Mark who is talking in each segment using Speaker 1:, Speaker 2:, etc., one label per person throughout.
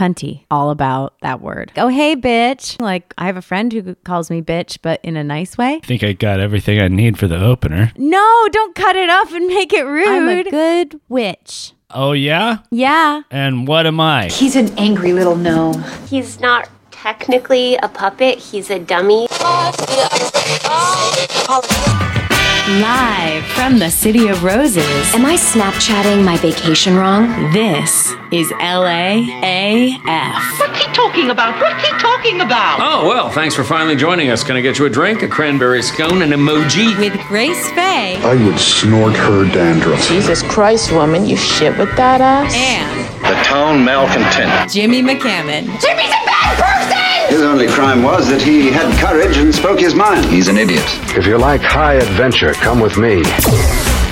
Speaker 1: cunty, all about that word. Oh, hey, bitch. Like, I have a friend who calls me bitch, but in a nice way.
Speaker 2: I think I got everything I need for the opener.
Speaker 1: No, don't cut it off and make it rude.
Speaker 3: I'm a good witch.
Speaker 2: Oh, yeah?
Speaker 1: yeah.
Speaker 2: And what am I?
Speaker 4: He's an angry little gnome.
Speaker 5: He's not technically a puppet, he's a dummy.
Speaker 3: Live from the City of Roses,
Speaker 4: Am I Snapchatting my vacation wrong?
Speaker 3: this is LAAF.
Speaker 6: What's he talking about? What's he talking about?
Speaker 7: Oh, well, thanks for finally joining us. Can I get you a drink, a cranberry scone, an emoji?
Speaker 3: With Grace Faye
Speaker 8: I would snort her dandruff.
Speaker 9: Jesus Christ, woman, you shit with that ass?
Speaker 3: and
Speaker 10: The town malcontent.
Speaker 3: Jimmy McCammon.
Speaker 10: His only crime was that he had courage and spoke his mind. He's an idiot.
Speaker 8: If you like high adventure, come with me.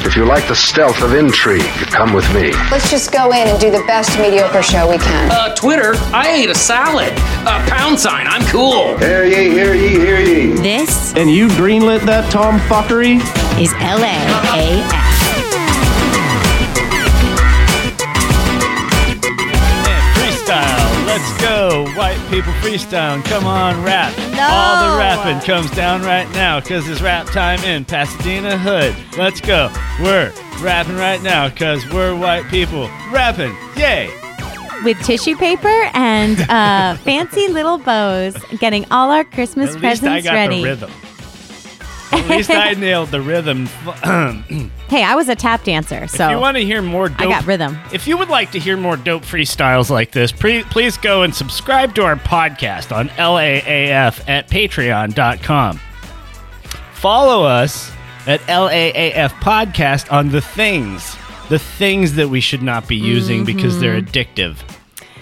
Speaker 8: If you like the stealth of intrigue, come with me.
Speaker 11: Let's just go in and do the best mediocre show we can.
Speaker 7: Uh, Twitter, I ate a salad. Uh, pound sign, I'm cool.
Speaker 10: Hear ye, hear ye, hear ye.
Speaker 3: This
Speaker 6: And you greenlit that tomfuckery?
Speaker 3: is LAAF.
Speaker 2: And freestyle. Let's go. White people freestyle. Come on, rap. All the rapping comes down right now because it's rap time in Pasadena Hood. Let's go. We're rapping right now because we're white people. Rapping. Yay.
Speaker 1: With tissue paper and uh, fancy little bows, getting all our Christmas
Speaker 2: At least
Speaker 1: presents
Speaker 2: I got
Speaker 1: ready.
Speaker 2: the rhythm. At least I nailed the rhythm.
Speaker 1: Hey, I was a tap dancer, so
Speaker 2: if you want to hear more dope,
Speaker 1: I got rhythm.
Speaker 2: If you would like to hear more dope freestyles like this, pre- please go and subscribe to our podcast on LAAF at patreon.com. Follow us at LAAF podcast on the things, the things that we should not be using because they're
Speaker 1: Mm-hmm.
Speaker 2: addictive.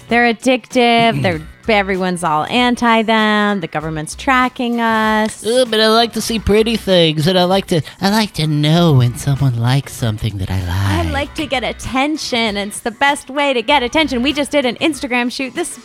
Speaker 1: They're addictive. They're
Speaker 2: Mm.
Speaker 1: everyone's all anti them. The government's tracking us.
Speaker 6: but I like to see pretty things, and I like to I like to know when someone likes something that I
Speaker 1: I
Speaker 6: like.
Speaker 1: like to get attention. and It's the best way to get attention. We just did an Instagram shoot this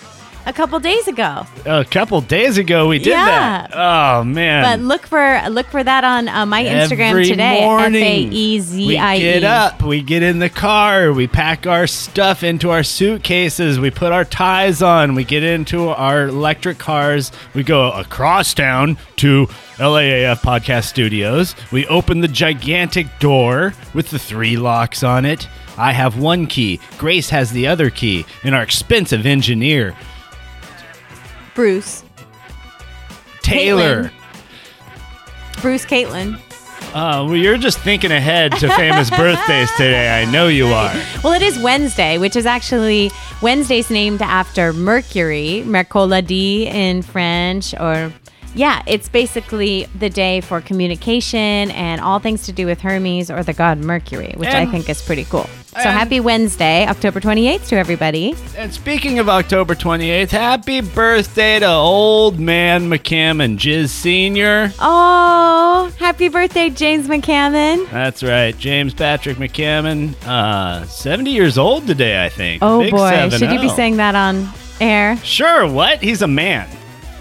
Speaker 1: a couple days ago.
Speaker 2: A couple days ago, we did
Speaker 1: Yeah.
Speaker 2: that. Oh man!
Speaker 1: But look for look for that on uh, my Instagram
Speaker 2: Every
Speaker 1: today. F
Speaker 2: morning,
Speaker 1: A E Z I E.
Speaker 2: We get up, we get in the car, we pack our stuff into our suitcases, we put our ties on, we get into our electric cars, we go across town to LAAF Podcast Studios. We open the gigantic door with the three locks on it. I have one key, Grace has the other key, and our expensive engineer,
Speaker 1: Bruce,
Speaker 2: Taylor.
Speaker 1: Bruce, Caitlin.
Speaker 2: Uh, well, you're just thinking ahead to famous birthdays today. I know you are.
Speaker 1: Well, it is Wednesday, which is actually Wednesday's named after Mercury, Mercoladi in French, or yeah, it's basically the day for communication and all things to do with Hermes or the god Mercury, which
Speaker 2: And-
Speaker 1: I think is pretty cool. So
Speaker 2: and-
Speaker 1: happy Wednesday, October 28th to everybody.
Speaker 2: And speaking of October 28th, happy birthday to old man McCammon Jizz Sr.
Speaker 1: Oh, happy birthday, James McCammon.
Speaker 2: That's right, James Patrick McCammon, uh, 70 years old today, I think.
Speaker 1: Oh
Speaker 2: Big
Speaker 1: boy,
Speaker 2: 7-0.
Speaker 1: should you be saying that on air?
Speaker 2: Sure, what? He's a man.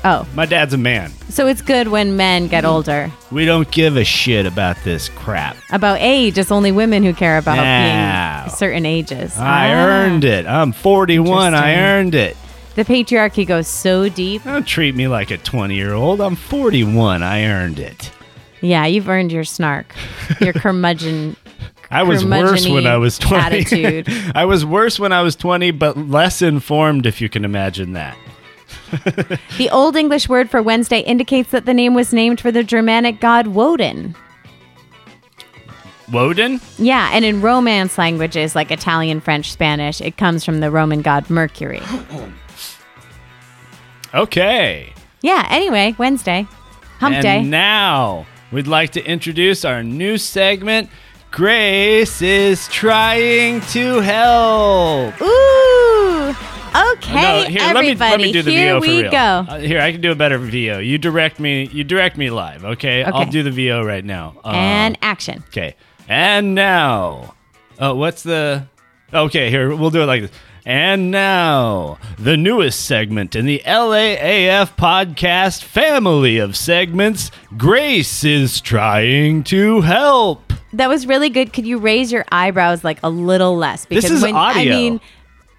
Speaker 1: Oh,
Speaker 2: My dad's a man.
Speaker 1: so it's good when men
Speaker 2: Mm.
Speaker 1: get older.
Speaker 2: We don't give a shit about this crap.
Speaker 1: About age, it's only women who care about
Speaker 2: Now.
Speaker 1: being certain ages.
Speaker 2: I
Speaker 1: Ah.
Speaker 2: earned it. I'm 41. I
Speaker 1: Interesting.
Speaker 2: earned it.
Speaker 1: The patriarchy goes so deep.
Speaker 2: Don't treat me like a 20 year old. I'm 41. I earned it.
Speaker 1: Yeah, you've earned your snark, your curmudgeon.
Speaker 2: I was worse when I was 20.
Speaker 1: Attitude.
Speaker 2: I was worse when I was 20, but less informed, if you can imagine that.
Speaker 1: The Old English word for Wednesday indicates that the name was named for the Germanic god Woden.
Speaker 2: Woden?
Speaker 1: Yeah, and in Romance languages like Italian, French, Spanish, it comes from the Roman god Mercury.
Speaker 2: Okay.
Speaker 1: Yeah, anyway, Wednesday, hump
Speaker 2: and
Speaker 1: day.
Speaker 2: now we'd like to introduce our new segment Grace is trying to help.
Speaker 1: Ooh! Okay,
Speaker 2: Oh, No, here, let me,
Speaker 1: everybody,
Speaker 2: let me do the
Speaker 1: here
Speaker 2: VO for
Speaker 1: we
Speaker 2: real.
Speaker 1: go.
Speaker 2: Uh, here, I can do a better VO. You direct me. You direct me live. Okay, I'll
Speaker 1: Okay.
Speaker 2: do the VO right now. Um,
Speaker 1: and action.
Speaker 2: Okay. And now. Oh, what's the. Okay, here, we'll do it like this. And now, the newest segment in the LAAF podcast family of segments Grace is trying to help.
Speaker 1: That was really good. Could you raise your eyebrows like a little less?
Speaker 2: This is
Speaker 1: I
Speaker 2: audio. Mm.
Speaker 1: mean,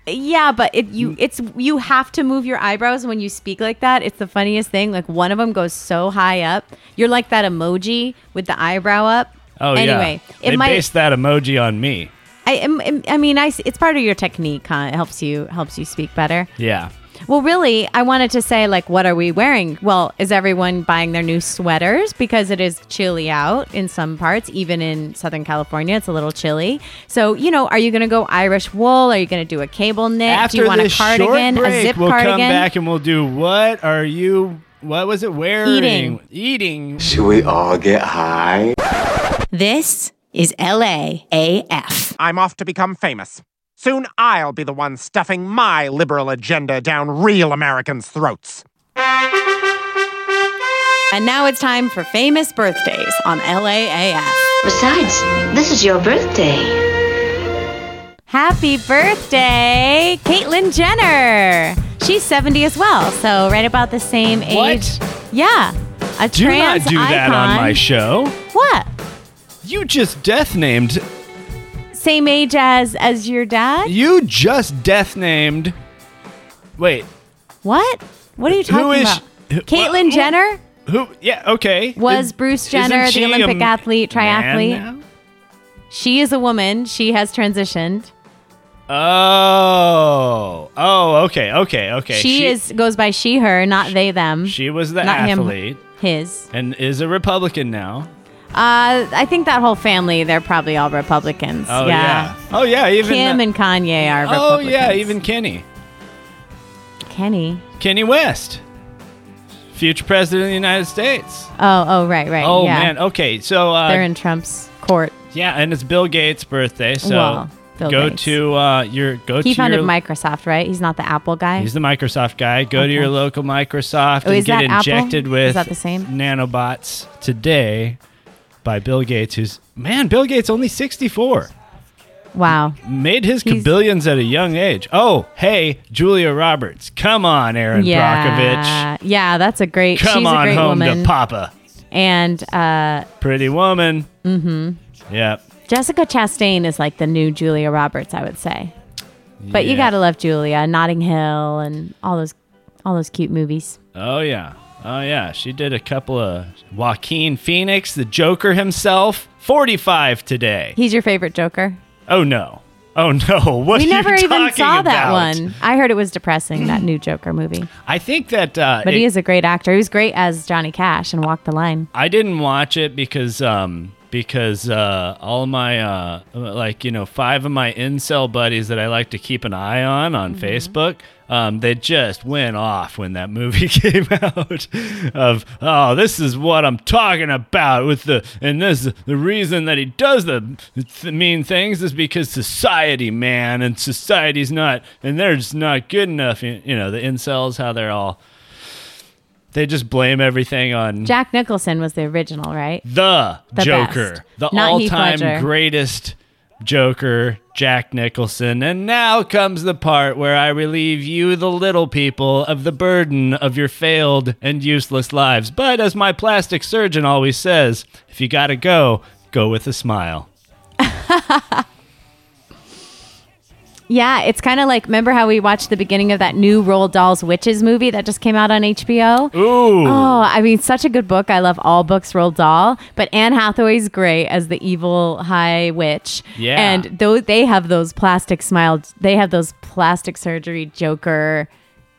Speaker 1: Yeah, but it you it's you have to move your eyebrows when you speak like that. It's the funniest thing. Like one of them goes so high up, you're like that emoji with the eyebrow up.
Speaker 2: Oh yeah.
Speaker 1: anyway, it
Speaker 2: they
Speaker 1: might.
Speaker 2: based that emoji on me.
Speaker 1: I, I'm- I mean, I s- it's part of your technique. Huh? It helps you helps you speak better.
Speaker 2: Yeah.
Speaker 1: Well, really, I wanted to say, like, what are we wearing? Well, is everyone buying their new sweaters because it is chilly out in some parts, even in Southern California? It's a little chilly. So, you know, are you going to go Irish wool? Are you going to do a cable knit?
Speaker 2: After
Speaker 1: Eh, do you want
Speaker 2: this
Speaker 1: a cardigan,
Speaker 2: short break,
Speaker 1: a zip
Speaker 2: we'll
Speaker 1: cardigan?
Speaker 2: come back and we'll do what are you? What was it wearing?
Speaker 1: Eating.
Speaker 2: Eating.
Speaker 12: Should we all get high?
Speaker 3: This is LAAF.
Speaker 13: I'm off to become famous. Soon I'll be the one stuffing my liberal agenda down real Americans' throats.
Speaker 3: And now it's time for famous birthdays on LAAF.
Speaker 14: Besides, this is your birthday.
Speaker 1: Happy birthday, Caitlyn Jenner. She's 70 as well, so right about the same age. Yeah. A
Speaker 2: Do
Speaker 1: trans
Speaker 2: not do that on
Speaker 1: icon.
Speaker 2: my show.
Speaker 1: What?
Speaker 2: You just death named.
Speaker 1: Same age as as your dad?
Speaker 2: You just death named. Wait.
Speaker 1: What? What are you talking
Speaker 2: who is?
Speaker 1: about?
Speaker 2: who-
Speaker 1: Caitlyn Jenner
Speaker 2: Who? Yeah. Okay.
Speaker 1: was
Speaker 2: Is-
Speaker 1: Bruce
Speaker 2: isn't
Speaker 1: Jenner,
Speaker 2: she
Speaker 1: the Olympic
Speaker 2: a
Speaker 1: athlete,
Speaker 2: man
Speaker 1: triathlete. She is a woman. She has transitioned.
Speaker 2: Oh. Oh. Okay. Okay. Okay.
Speaker 1: she, is goes by she her, not they them.
Speaker 2: She was the
Speaker 1: not him,
Speaker 2: athlete.
Speaker 1: His.
Speaker 2: And is a Republican now.
Speaker 1: Uh, I think that whole family, they're probably all Republicans.
Speaker 2: Oh
Speaker 1: yeah.
Speaker 2: yeah. Oh yeah. Even
Speaker 1: Kim
Speaker 2: the-
Speaker 1: and Kanye are
Speaker 2: Oh
Speaker 1: Republicans.
Speaker 2: yeah. Even Kenny.
Speaker 1: Kenny.
Speaker 2: Kenny West, future president of the United States.
Speaker 1: Oh, oh, right, right.
Speaker 2: oh
Speaker 1: yeah.
Speaker 2: man. Okay. So uh,
Speaker 1: They're in Trump's court.
Speaker 2: Yeah, and it's Bill Gates' birthday, so
Speaker 1: Well, Bill
Speaker 2: go
Speaker 1: Gates.
Speaker 2: to uh, your go
Speaker 1: he
Speaker 2: to
Speaker 1: founded
Speaker 2: your,
Speaker 1: Microsoft, right? He's not the Apple guy.
Speaker 2: He's the Microsoft guy. Go to
Speaker 1: Okay.
Speaker 2: your local Microsoft
Speaker 1: Oh,
Speaker 2: and
Speaker 1: is
Speaker 2: get
Speaker 1: that Apple?
Speaker 2: injected
Speaker 1: Is
Speaker 2: with
Speaker 1: that the same?
Speaker 2: nanobots today by Bill Gates, who's man, Bill Gates only sixty four.
Speaker 1: Wow.
Speaker 2: Made his cabillions at a young age. Oh, hey, Julia Roberts. Come on, Aaron
Speaker 1: yeah. Yeah, that's a great.
Speaker 2: Brockovich. Come
Speaker 1: she's
Speaker 2: on
Speaker 1: a great
Speaker 2: home
Speaker 1: woman.
Speaker 2: to Papa.
Speaker 1: And uh,
Speaker 2: Pretty woman.
Speaker 1: mhm.
Speaker 2: Yep.
Speaker 1: Jessica Chastain is like the new Julia Roberts, I would say. But you
Speaker 2: Yeah.
Speaker 1: gotta love Julia, Notting Hill, and all those, all those cute movies.
Speaker 2: Oh yeah. Oh yeah. She did a couple of Joaquin Phoenix, the Joker himself, 45 today.
Speaker 1: He's your favorite Joker.
Speaker 2: Oh no. Oh no. What
Speaker 1: we
Speaker 2: are
Speaker 1: never
Speaker 2: you
Speaker 1: even
Speaker 2: talking
Speaker 1: saw that
Speaker 2: about?
Speaker 1: one. I heard it was depressing that new Joker movie.
Speaker 2: I think that uh
Speaker 1: But he
Speaker 2: it-
Speaker 1: is a great actor. He was great as Johnny Cash and Walk the Line.
Speaker 2: I didn't watch it because um because uh all my uh like you know five of my incel buddies that I like to keep an eye on on Facebook um they just went off when that movie came out of oh this is what I'm talking about with the and this the reason that he does the th- mean things is because society man and society's not and they're just not good enough you you know the incels how they're all they just blame everything on
Speaker 1: Jack Nicholson was the original, right?
Speaker 2: the,
Speaker 1: The
Speaker 2: Joker,
Speaker 1: best.
Speaker 2: the
Speaker 1: Not Heath Ledger.
Speaker 2: all-time greatest Joker, Jack Nicholson. And now comes the part where I relieve you, the little people, of the burden of your failed and useless lives. But as my plastic surgeon always says, if you gotta go, go with a smile.
Speaker 1: Yeah, it's kind of like remember how we watched the beginning of that new Roll Dolls Witches movie that just came out on HBO?
Speaker 2: Ooh.
Speaker 1: Oh, I mean, such a good book. I love all books Roald Dahl, but Anne Hathaway's great as the evil high witch.
Speaker 3: Yeah.
Speaker 1: And though they have those plastic smile, they have those plastic surgery Joker.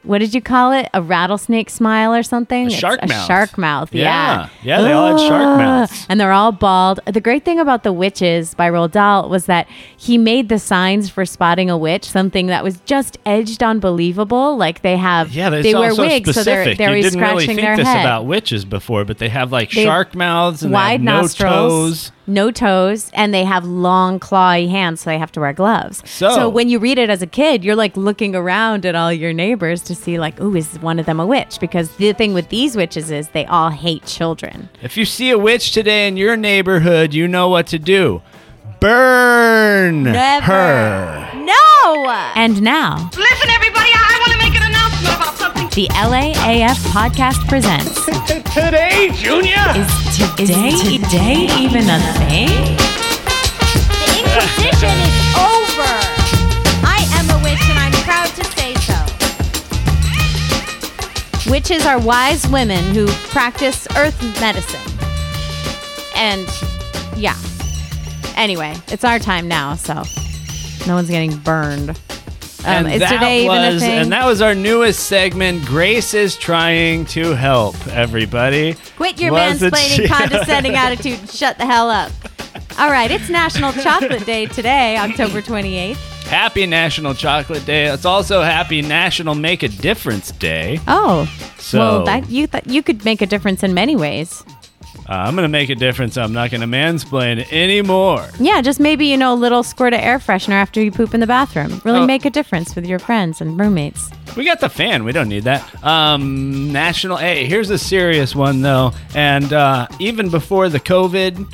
Speaker 1: What did you call it? A rattlesnake smile or something?
Speaker 2: A
Speaker 1: It's
Speaker 2: shark
Speaker 1: a
Speaker 2: mouth.
Speaker 1: shark mouth. Yeah.
Speaker 2: Yeah, they all had shark
Speaker 1: Ugh.
Speaker 2: mouths.
Speaker 1: And they're all bald. The great thing about The Witches by Roald Dahl was that he made the signs for spotting a witch something that was just edged on believable. Like they have,
Speaker 2: Yeah, that's
Speaker 1: they
Speaker 2: all
Speaker 1: wear
Speaker 2: so
Speaker 1: wigs, so they're,
Speaker 2: specific.
Speaker 1: they're
Speaker 2: you
Speaker 1: always
Speaker 2: didn't
Speaker 1: scratching
Speaker 2: really think
Speaker 1: their
Speaker 2: this
Speaker 1: head.
Speaker 2: about witches before, but they have like
Speaker 1: They have
Speaker 2: shark mouths and they have
Speaker 1: wide
Speaker 2: no
Speaker 1: nostrils,
Speaker 2: toes.
Speaker 1: no toes, and they have long clawy hands, so they have to wear gloves.
Speaker 2: So-
Speaker 1: when you read it as a kid, you're like looking around at all your neighbors to see like, ooh, is one of them a witch? Because the thing with these witches is they all hate children.
Speaker 2: If you see a witch today in your neighborhood, you know what to do. Burn
Speaker 1: Never.
Speaker 2: her.
Speaker 1: No. And now,
Speaker 15: Listen, everybody, I want to make an announcement about something.
Speaker 1: the LAAF podcast presents.
Speaker 2: Today, Junior.
Speaker 1: Is today, today even a thing?
Speaker 15: Inquisition is over. I am a witch and I'm
Speaker 1: Witches are wise women who practice earth medicine. And yeah. Anyway, it's our time now, so no one's getting burned. Um, is today
Speaker 2: was,
Speaker 1: even a thing?
Speaker 2: And that was our newest segment. Grace is trying to help everybody.
Speaker 1: Quit your
Speaker 2: Was it
Speaker 1: mansplaining,
Speaker 2: she-
Speaker 1: condescending attitude. and Shut the hell up. All right, it's National Chocolate Day today, October 28th.
Speaker 2: Happy National Chocolate Day. It's also Happy National Make a Difference Day.
Speaker 1: Oh,
Speaker 2: So-
Speaker 1: well, that you th- you could make a difference in many ways.
Speaker 2: Uh, I'm going to make a difference. I'm not going to mansplain anymore.
Speaker 1: Yeah, just maybe you know a little squirt of air freshener after you poop in the bathroom. Really
Speaker 2: Oh.
Speaker 1: make a difference with your friends and roommates.
Speaker 2: We got the fan. We don't need that. Um, national. Hey, here's a serious one though. And uh, even before the COVID,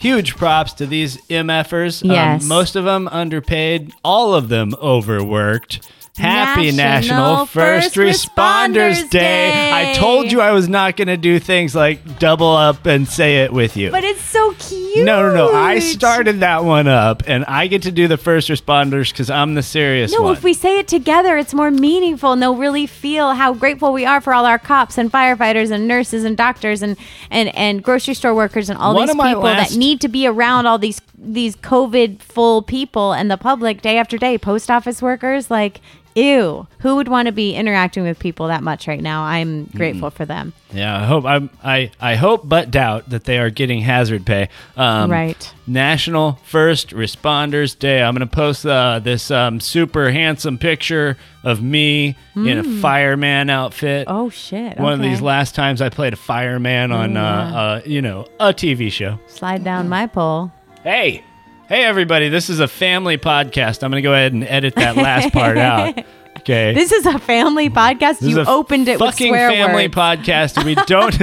Speaker 2: huge props to these mfers.
Speaker 1: Mm-hmm. Yes.
Speaker 2: most of them underpaid. All of them overworked. Happy National,
Speaker 1: National
Speaker 2: First,
Speaker 1: First
Speaker 2: Responders,
Speaker 1: Responders
Speaker 2: Day. I told you I was not going to do things like double up and say it with you.
Speaker 1: But it's so cute.
Speaker 2: no, no, no. I started that one up, and I get to do the first responders because I'm the serious
Speaker 1: No,
Speaker 2: one.
Speaker 1: if we say it together, it's more meaningful, and they'll really feel how grateful we are for all our cops and firefighters and nurses and doctors and and, and grocery store workers and all
Speaker 2: One
Speaker 1: these
Speaker 2: of my
Speaker 1: people
Speaker 2: last-
Speaker 1: that need to be around all these these COVID full people and the public day after day. Post office workers, like ew, who would want to be interacting with people that much right now? I'm grateful for them.
Speaker 2: Yeah, I hope I'm, I I hope but doubt that they are getting hazard pay. Um,
Speaker 1: Right.
Speaker 2: National First Responders Day. I'm gonna post uh, this um, super handsome picture of me in a
Speaker 1: Mm.
Speaker 2: fireman outfit.
Speaker 1: Oh shit!
Speaker 2: One of
Speaker 1: okay.
Speaker 2: these last times I played a fireman on uh, uh, you know a TV show.
Speaker 1: slide down my pole.
Speaker 2: Hey, hey everybody! This is a family podcast. I'm gonna go ahead and edit that last part out. Okay.
Speaker 1: This is a family podcast.
Speaker 2: Mm-hmm. This is
Speaker 1: you
Speaker 2: a
Speaker 1: opened it with
Speaker 2: fucking
Speaker 1: swear
Speaker 2: family
Speaker 1: words.
Speaker 2: podcast. We don't.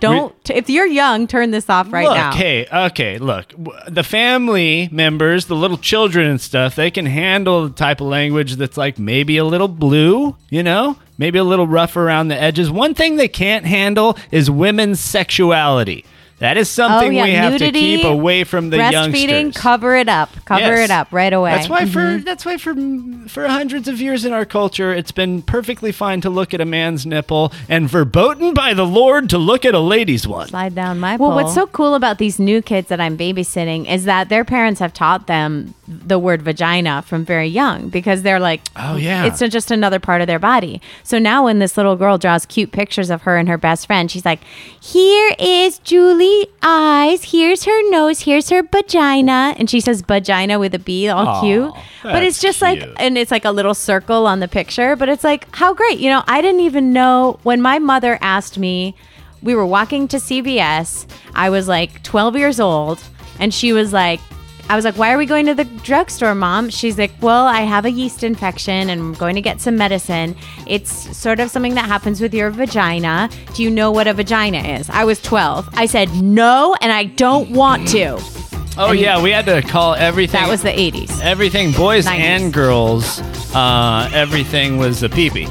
Speaker 1: Don't if you're young, turn this off right
Speaker 2: look,
Speaker 1: now.
Speaker 2: Hey, okay, look. w- The family members, the little children and stuff, they can handle the type of language that's like maybe a little blue, you know? Maybe a little rough around the edges. One thing they can't handle is women's sexuality. That is something
Speaker 1: Oh, yeah,
Speaker 2: we have
Speaker 1: nudity,
Speaker 2: to keep away from the
Speaker 1: breastfeeding,
Speaker 2: youngsters.
Speaker 1: cover it up, cover it
Speaker 2: Yes.
Speaker 1: up right away. Mm-hmm.
Speaker 2: That's why for that's why for for hundreds of years in our culture, it's been perfectly fine to look at a man's nipple and verboten by the Lord to look at a lady's one.
Speaker 1: slide down my. Well, what's so cool about these new kids that I'm babysitting is that their parents have taught them the word vagina from very young because they're like,
Speaker 2: Oh, yeah.
Speaker 1: it's just another part of their body. So now when this little girl draws cute pictures of her and her best friend, she's like, here is Julie eyes, here's her nose, here's her vagina, and she says vagina with a B, all
Speaker 16: Aw,
Speaker 1: cute. But it's just like, and it's like a little circle on the picture. But it's like, how great, you know? I didn't even know when my mother asked me. We were walking to CVS. I was like 12 years old, and she was like. I was like, why are we going to the drugstore, mom? She's like, well, I have a yeast infection and I'm going to get some medicine. It's sort of something that happens with your vagina. Do you know what a vagina is? I was 12. I said, no, and I don't want to.
Speaker 2: Oh
Speaker 1: And
Speaker 2: yeah, we had to call everything.
Speaker 1: That was the 80s.
Speaker 2: everything, boys
Speaker 1: 90s.
Speaker 2: and girls. Uh, everything was a peepee.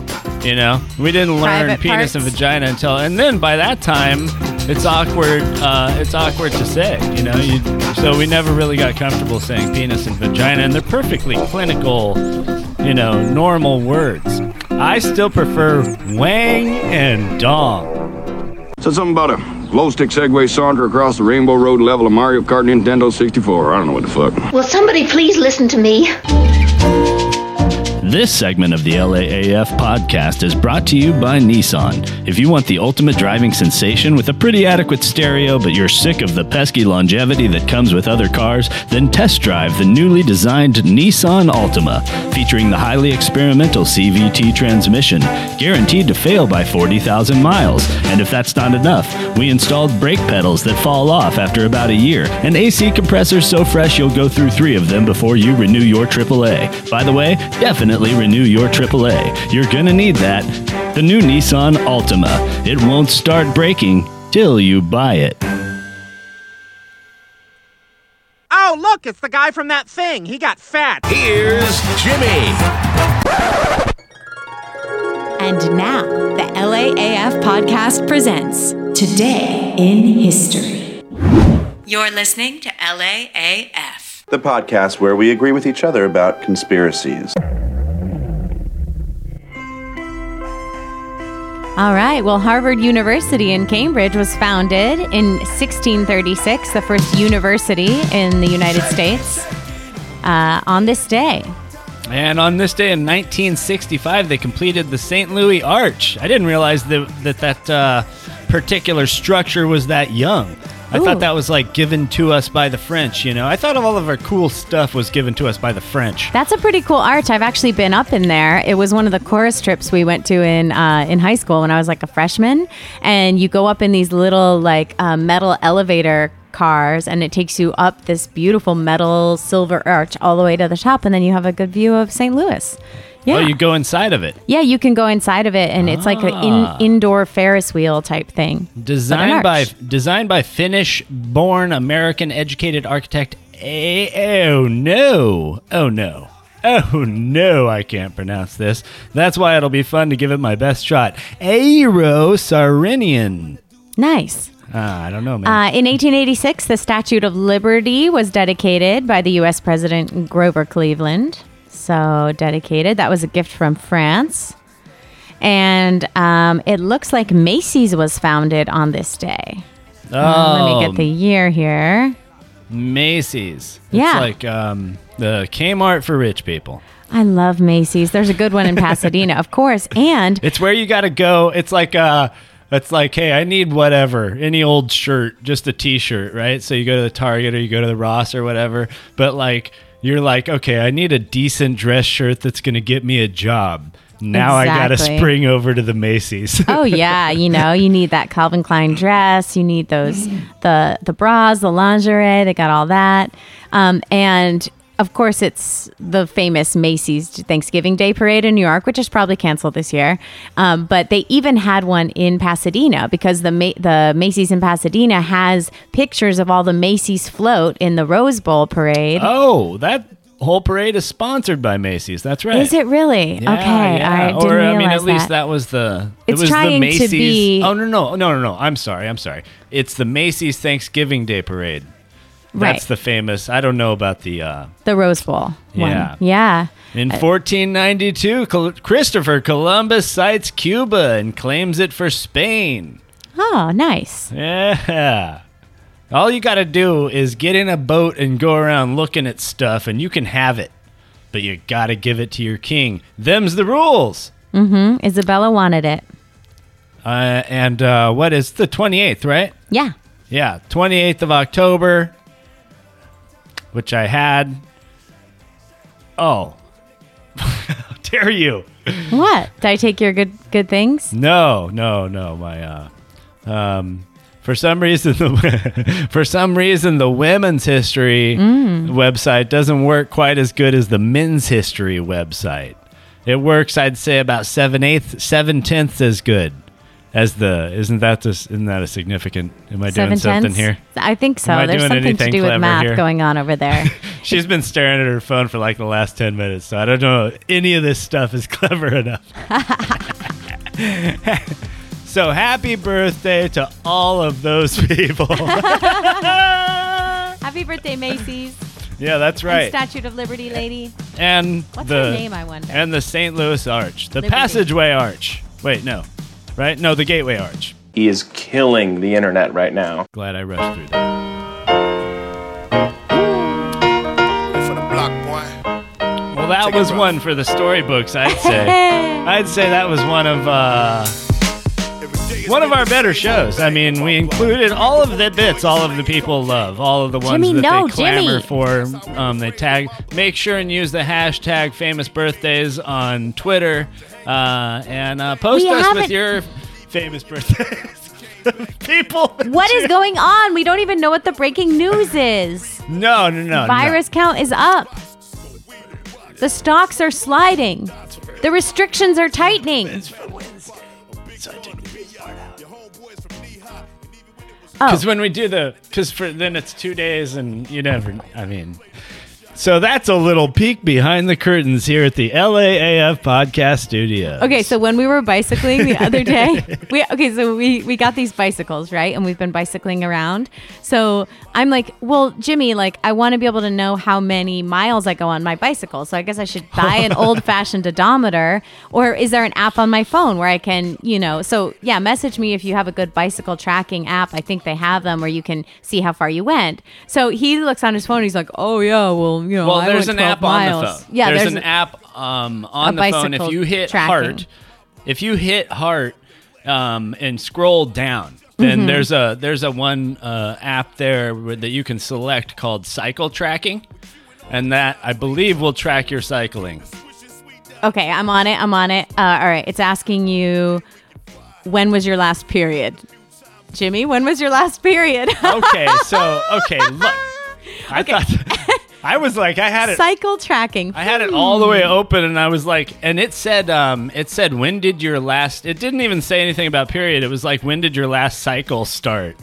Speaker 2: You know, we didn't learn
Speaker 1: Private
Speaker 2: penis and
Speaker 1: parts.
Speaker 2: vagina until, and then by that time, it's awkward. Uh, it's awkward to say. You know, you, so we never really got comfortable saying penis and vagina, and they're perfectly clinical. You know, normal words. I still prefer wang and dong.
Speaker 17: Said something about a glow stick Segway saunter across the Rainbow Road level of Mario Kart Nintendo 64. I don't know what the fuck.
Speaker 14: Will somebody please listen to me?
Speaker 18: This segment of the LAAF podcast is brought to you by Nissan. If you want the ultimate driving sensation with a pretty adequate stereo, but you're sick of the pesky longevity that comes with other cars, then test drive the newly designed Nissan Altima, featuring the highly experimental CVT transmission, guaranteed to fail by 40,000 miles. And if that's not enough, we installed brake pedals that fall off after about a year, and AC compressors so fresh you'll go through three of them before you renew your AAA. By the way, definitely renew your AAA. You're gonna need that. The new Nissan Altima. It won't start braking till you buy it.
Speaker 13: Oh, look, it's the guy from that thing. He got fat.
Speaker 19: Here's Jimmy.
Speaker 3: And now, the LAAF podcast presents Today in History.
Speaker 16: You're listening to LAAF.
Speaker 20: The podcast where we agree with each other about conspiracies.
Speaker 1: All right. Well, Harvard University in Cambridge was founded in 1636, the first university in the United States, uh, on this day.
Speaker 2: And on this day in 1965, they completed the St. Louis Arch. I didn't realize that that, that uh, particular structure was that young. I
Speaker 1: Ooh.
Speaker 2: thought that was like given to us by the French, you know. I thought all of our cool stuff was given to us by the French.
Speaker 1: That's a pretty cool arch. I've actually been up in there. It was one of the chorus trips we went to in uh, in high school when I was like a freshman. And you go up in these little like uh, metal elevator cars, and it takes you up this beautiful metal silver arch all the way to the top, and then you have a good view of St. Louis. Yeah.
Speaker 2: Oh, you go inside of it.
Speaker 1: Yeah, you can go inside of it, and it's like an
Speaker 2: Ah.
Speaker 1: in, indoor Ferris wheel type thing. but an
Speaker 2: Designed by
Speaker 1: arch.
Speaker 2: designed by Finnish-born American educated architect. A- oh no! Oh no! Oh no! I can't pronounce this. That's why it'll be fun to give it my best shot. Aero Sarinian.
Speaker 1: Nice.
Speaker 2: Ah, I don't know, man.
Speaker 1: Uh, in 1886, the Statue of Liberty was dedicated by the U.S. President Grover Cleveland. So dedicated. That was a gift from France. And um, it looks like Macy's was founded on this day. Uh, let me
Speaker 2: Oh.
Speaker 1: get the year here.
Speaker 2: Macy's.
Speaker 1: Yeah.
Speaker 2: It's like um, the Kmart for rich people.
Speaker 1: I love Macy's. There's a good one in Pasadena, of course. And
Speaker 2: It's where you got to go. It's like uh it's like, hey, I need whatever, any old shirt, just a t-shirt, right? So you go to the Target or you go to the Ross or whatever, but like you're like, okay, I need a decent dress shirt that's going to get me a job. Now I got to
Speaker 1: Exactly.
Speaker 2: spring over to the Macy's.
Speaker 1: oh yeah, you know, you need that Calvin Klein dress, you need those the the bras, the lingerie, they got all that. Um, and of course it's the famous Macy's Thanksgiving Day parade in New York, which is probably canceled this year. Um, but they even had one in Pasadena because the Ma- the Macy's in Pasadena has pictures of all the Macy's float in the Rose Bowl parade.
Speaker 2: oh, that whole parade is sponsored by Macy's. That's right.
Speaker 1: Is it really?
Speaker 2: Yeah,
Speaker 1: okay,
Speaker 2: yeah.
Speaker 1: I didn't
Speaker 2: or
Speaker 1: realize
Speaker 2: I mean, at least
Speaker 1: that.
Speaker 2: that was the.
Speaker 1: It's
Speaker 2: it was
Speaker 1: trying to
Speaker 2: the Macy's.
Speaker 1: be-
Speaker 2: Oh no no no no no! I'm sorry, I'm sorry. It's the Macy's Thanksgiving Day Parade.
Speaker 1: Right.
Speaker 2: That's the famous. I don't know about the. Uh,
Speaker 1: The Rose Bowl.
Speaker 2: Yeah.
Speaker 1: One. Yeah.
Speaker 2: in 1492, Col- Christopher Columbus sights Cuba and claims it for Spain.
Speaker 1: Oh, nice.
Speaker 2: Yeah. All you got to do is get in a boat and go around looking at stuff, and you can have it. But you got to give it to your king. Them's the rules.
Speaker 1: Mm-hmm. Isabella wanted it.
Speaker 2: Uh, and uh, what is the 28th, right?
Speaker 1: Yeah.
Speaker 2: Yeah, 28th of October, which I had. Oh, how dare you?
Speaker 1: What? Did I take your good good things?
Speaker 2: No, no, no. My, uh, um, for some reason, the for some reason, the women's history website doesn't work quite as good as the men's history website. It works, I'd say, about seven eighth, seven tenths as good as the. Isn't that just? Isn't that a significant? Am I doing something
Speaker 1: tenths?
Speaker 2: here?
Speaker 1: I think so.
Speaker 2: Am I
Speaker 1: There's
Speaker 2: doing
Speaker 1: something to
Speaker 2: anything
Speaker 1: do with
Speaker 2: clever
Speaker 1: math
Speaker 2: here?
Speaker 1: going on over there.
Speaker 2: She's been staring at her phone for like the last 10 minutes, so I don't know if any of this stuff is clever enough. so happy birthday to all of those people.
Speaker 1: Happy birthday, Macy's.
Speaker 2: yeah, that's right.
Speaker 1: And Statute of Liberty lady.
Speaker 2: And
Speaker 1: What's
Speaker 2: the
Speaker 1: her name, I wonder?
Speaker 2: And the St. Louis Arch, the
Speaker 1: Liberty.
Speaker 2: Passageway Arch. Wait, no. Right? No, the Gateway Arch.
Speaker 19: He is killing the internet right now.
Speaker 2: Glad I rushed through that. Well, that was one for the storybooks, I'd say. I'd say that was one of uh, one of our better shows. I mean, we included all of the bits, all of the people love, all of the ones
Speaker 1: Jimmy,
Speaker 2: that
Speaker 1: no,
Speaker 2: they clamor
Speaker 1: Jimmy.
Speaker 2: for. Um, they tag. Make sure and use the hashtag famous birthdays on Twitter, uh, and uh, post
Speaker 1: We
Speaker 2: us with
Speaker 1: haven't-
Speaker 2: your famous birthdays. people.
Speaker 1: What is going on? We don't even know what the breaking news is.
Speaker 2: No, no, no. no.
Speaker 1: Virus count is up. The stocks are sliding. The restrictions are tightening. Oh.
Speaker 2: Because when we do the, because for then it's two days and you never. I mean, So that's a little peek behind the curtains here at the LAAF podcast studio.
Speaker 1: Okay, so when we were bicycling the other day, we okay, so we we got these bicycles, right? And we've been bicycling around. So I'm like, "Well, Jimmy, like I want to be able to know how many miles I go on my bicycle. So I guess I should buy an old-fashioned odometer or is there an app on my phone where I can, you know, so yeah, message me if you have a good bicycle tracking app. I think they have them where you can see how far you went." So he looks on his phone, he's like, "Oh yeah, well, you know,
Speaker 20: well,
Speaker 1: I
Speaker 20: there's
Speaker 1: went
Speaker 20: an app
Speaker 1: 12
Speaker 20: on the
Speaker 1: miles.
Speaker 20: phone.
Speaker 1: Yeah,
Speaker 20: there's,
Speaker 1: there's
Speaker 20: an app um, on
Speaker 1: a
Speaker 20: the phone. If
Speaker 1: bicycle
Speaker 20: you hit
Speaker 1: tracking.
Speaker 20: heart, if you hit heart um, and scroll down, then
Speaker 1: Mm-hmm.
Speaker 2: Mhm.
Speaker 20: there's a there's a one uh, app there where- that you can select called cycle tracking, and that I believe will track your cycling.
Speaker 1: Okay, I'm on it. I'm on it. Uh, all right, it's asking you when was your last period, Jimmy? When was your last period?
Speaker 2: Okay, so okay, look. I thought I was like I had it
Speaker 1: Cycle tracking.
Speaker 2: I had it all the way open and I was like and it said um it said when did your last it didn't even say anything about period. It was like when did your last cycle start?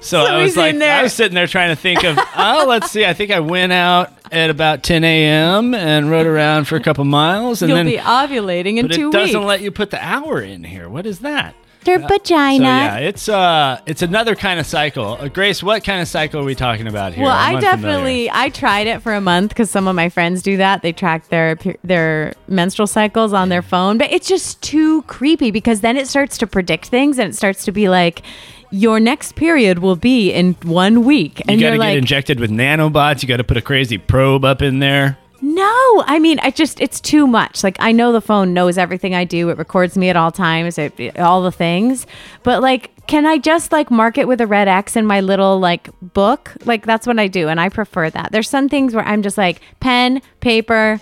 Speaker 2: So, I
Speaker 1: he's
Speaker 2: was like
Speaker 1: in there.
Speaker 2: I was sitting there trying to think of oh let's see, I think I went out at about ten AM and rode around for a couple miles and
Speaker 1: You'll
Speaker 2: then
Speaker 1: be ovulating in
Speaker 2: but
Speaker 1: two
Speaker 2: it doesn't
Speaker 1: weeks.
Speaker 2: let you put the hour in here. What is that?
Speaker 1: Their vagina.
Speaker 2: So yeah, it's uh, it's another kind of cycle. Uh, Grace, what kind of cycle are we talking about here?
Speaker 1: Well,
Speaker 2: I'm
Speaker 1: I
Speaker 2: unfamiliar.
Speaker 1: definitely I tried it for a month because some of my friends do that. They track their pe- their menstrual cycles on their phone, but it's just too creepy because then it starts to predict things and it starts to be like, your next period will be in one week, and
Speaker 2: You got
Speaker 1: are
Speaker 2: to get
Speaker 1: like,
Speaker 2: injected with nanobots. You got to put a crazy probe up in there.
Speaker 1: No, I mean, I just, it's too much. Like, I know the phone knows everything I do. It records me at all times, it, it- all the things. But, like, can I just, like, mark it with a red X in my little, like, book? Like, that's what I do. And I prefer that. There's some things where I'm just like, pen, paper,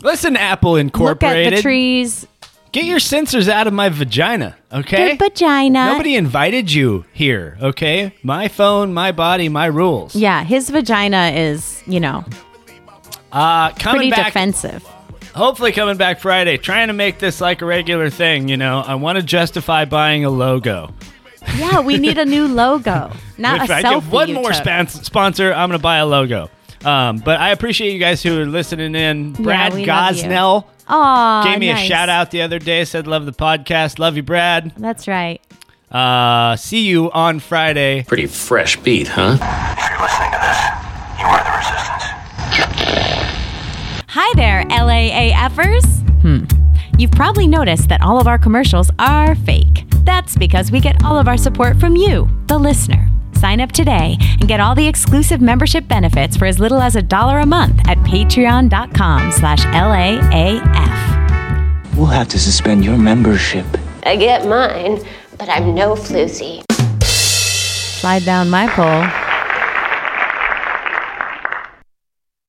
Speaker 2: Listen, Apple
Speaker 1: look at
Speaker 2: Incorporated.
Speaker 1: the trees,
Speaker 2: Get your sensors out of my vagina, okay?
Speaker 1: their vagina.
Speaker 2: Eh? Nobody invited you here, okay? My phone, my body, my rules.
Speaker 1: Yeah, his vagina is, you know,
Speaker 2: Uh,
Speaker 1: pretty
Speaker 2: coming back,
Speaker 1: defensive.
Speaker 2: Hopefully, coming back Friday. Trying to make this like a regular thing. You know, I want to justify buying a logo.
Speaker 1: Yeah, we need a new logo, not
Speaker 2: if
Speaker 1: a
Speaker 2: I
Speaker 1: selfie.
Speaker 2: get one
Speaker 1: you
Speaker 2: more
Speaker 1: took.
Speaker 2: spons- sponsor, I'm going to buy a logo. Um, but I appreciate you guys who are listening in.
Speaker 1: Yeah,
Speaker 2: Brad
Speaker 1: we love you.
Speaker 2: Gosnell
Speaker 1: Aw,
Speaker 2: gave me
Speaker 1: nice.
Speaker 2: a shout out the other day. Said love the podcast. Love you, Brad.
Speaker 1: That's right.
Speaker 2: Uh, see you on Friday.
Speaker 7: Pretty fresh beat, huh?
Speaker 1: Hi there, LAAFers. Hmm. You've probably noticed that all of our commercials are fake. That's because we get all of our support from you, the listener. Sign up today and get all the exclusive membership benefits for as little as a dollar a month at patreon.com slash LAAF.
Speaker 21: We'll have to suspend your membership.
Speaker 5: I get mine, but I'm no floozy.
Speaker 1: Slide down my pole.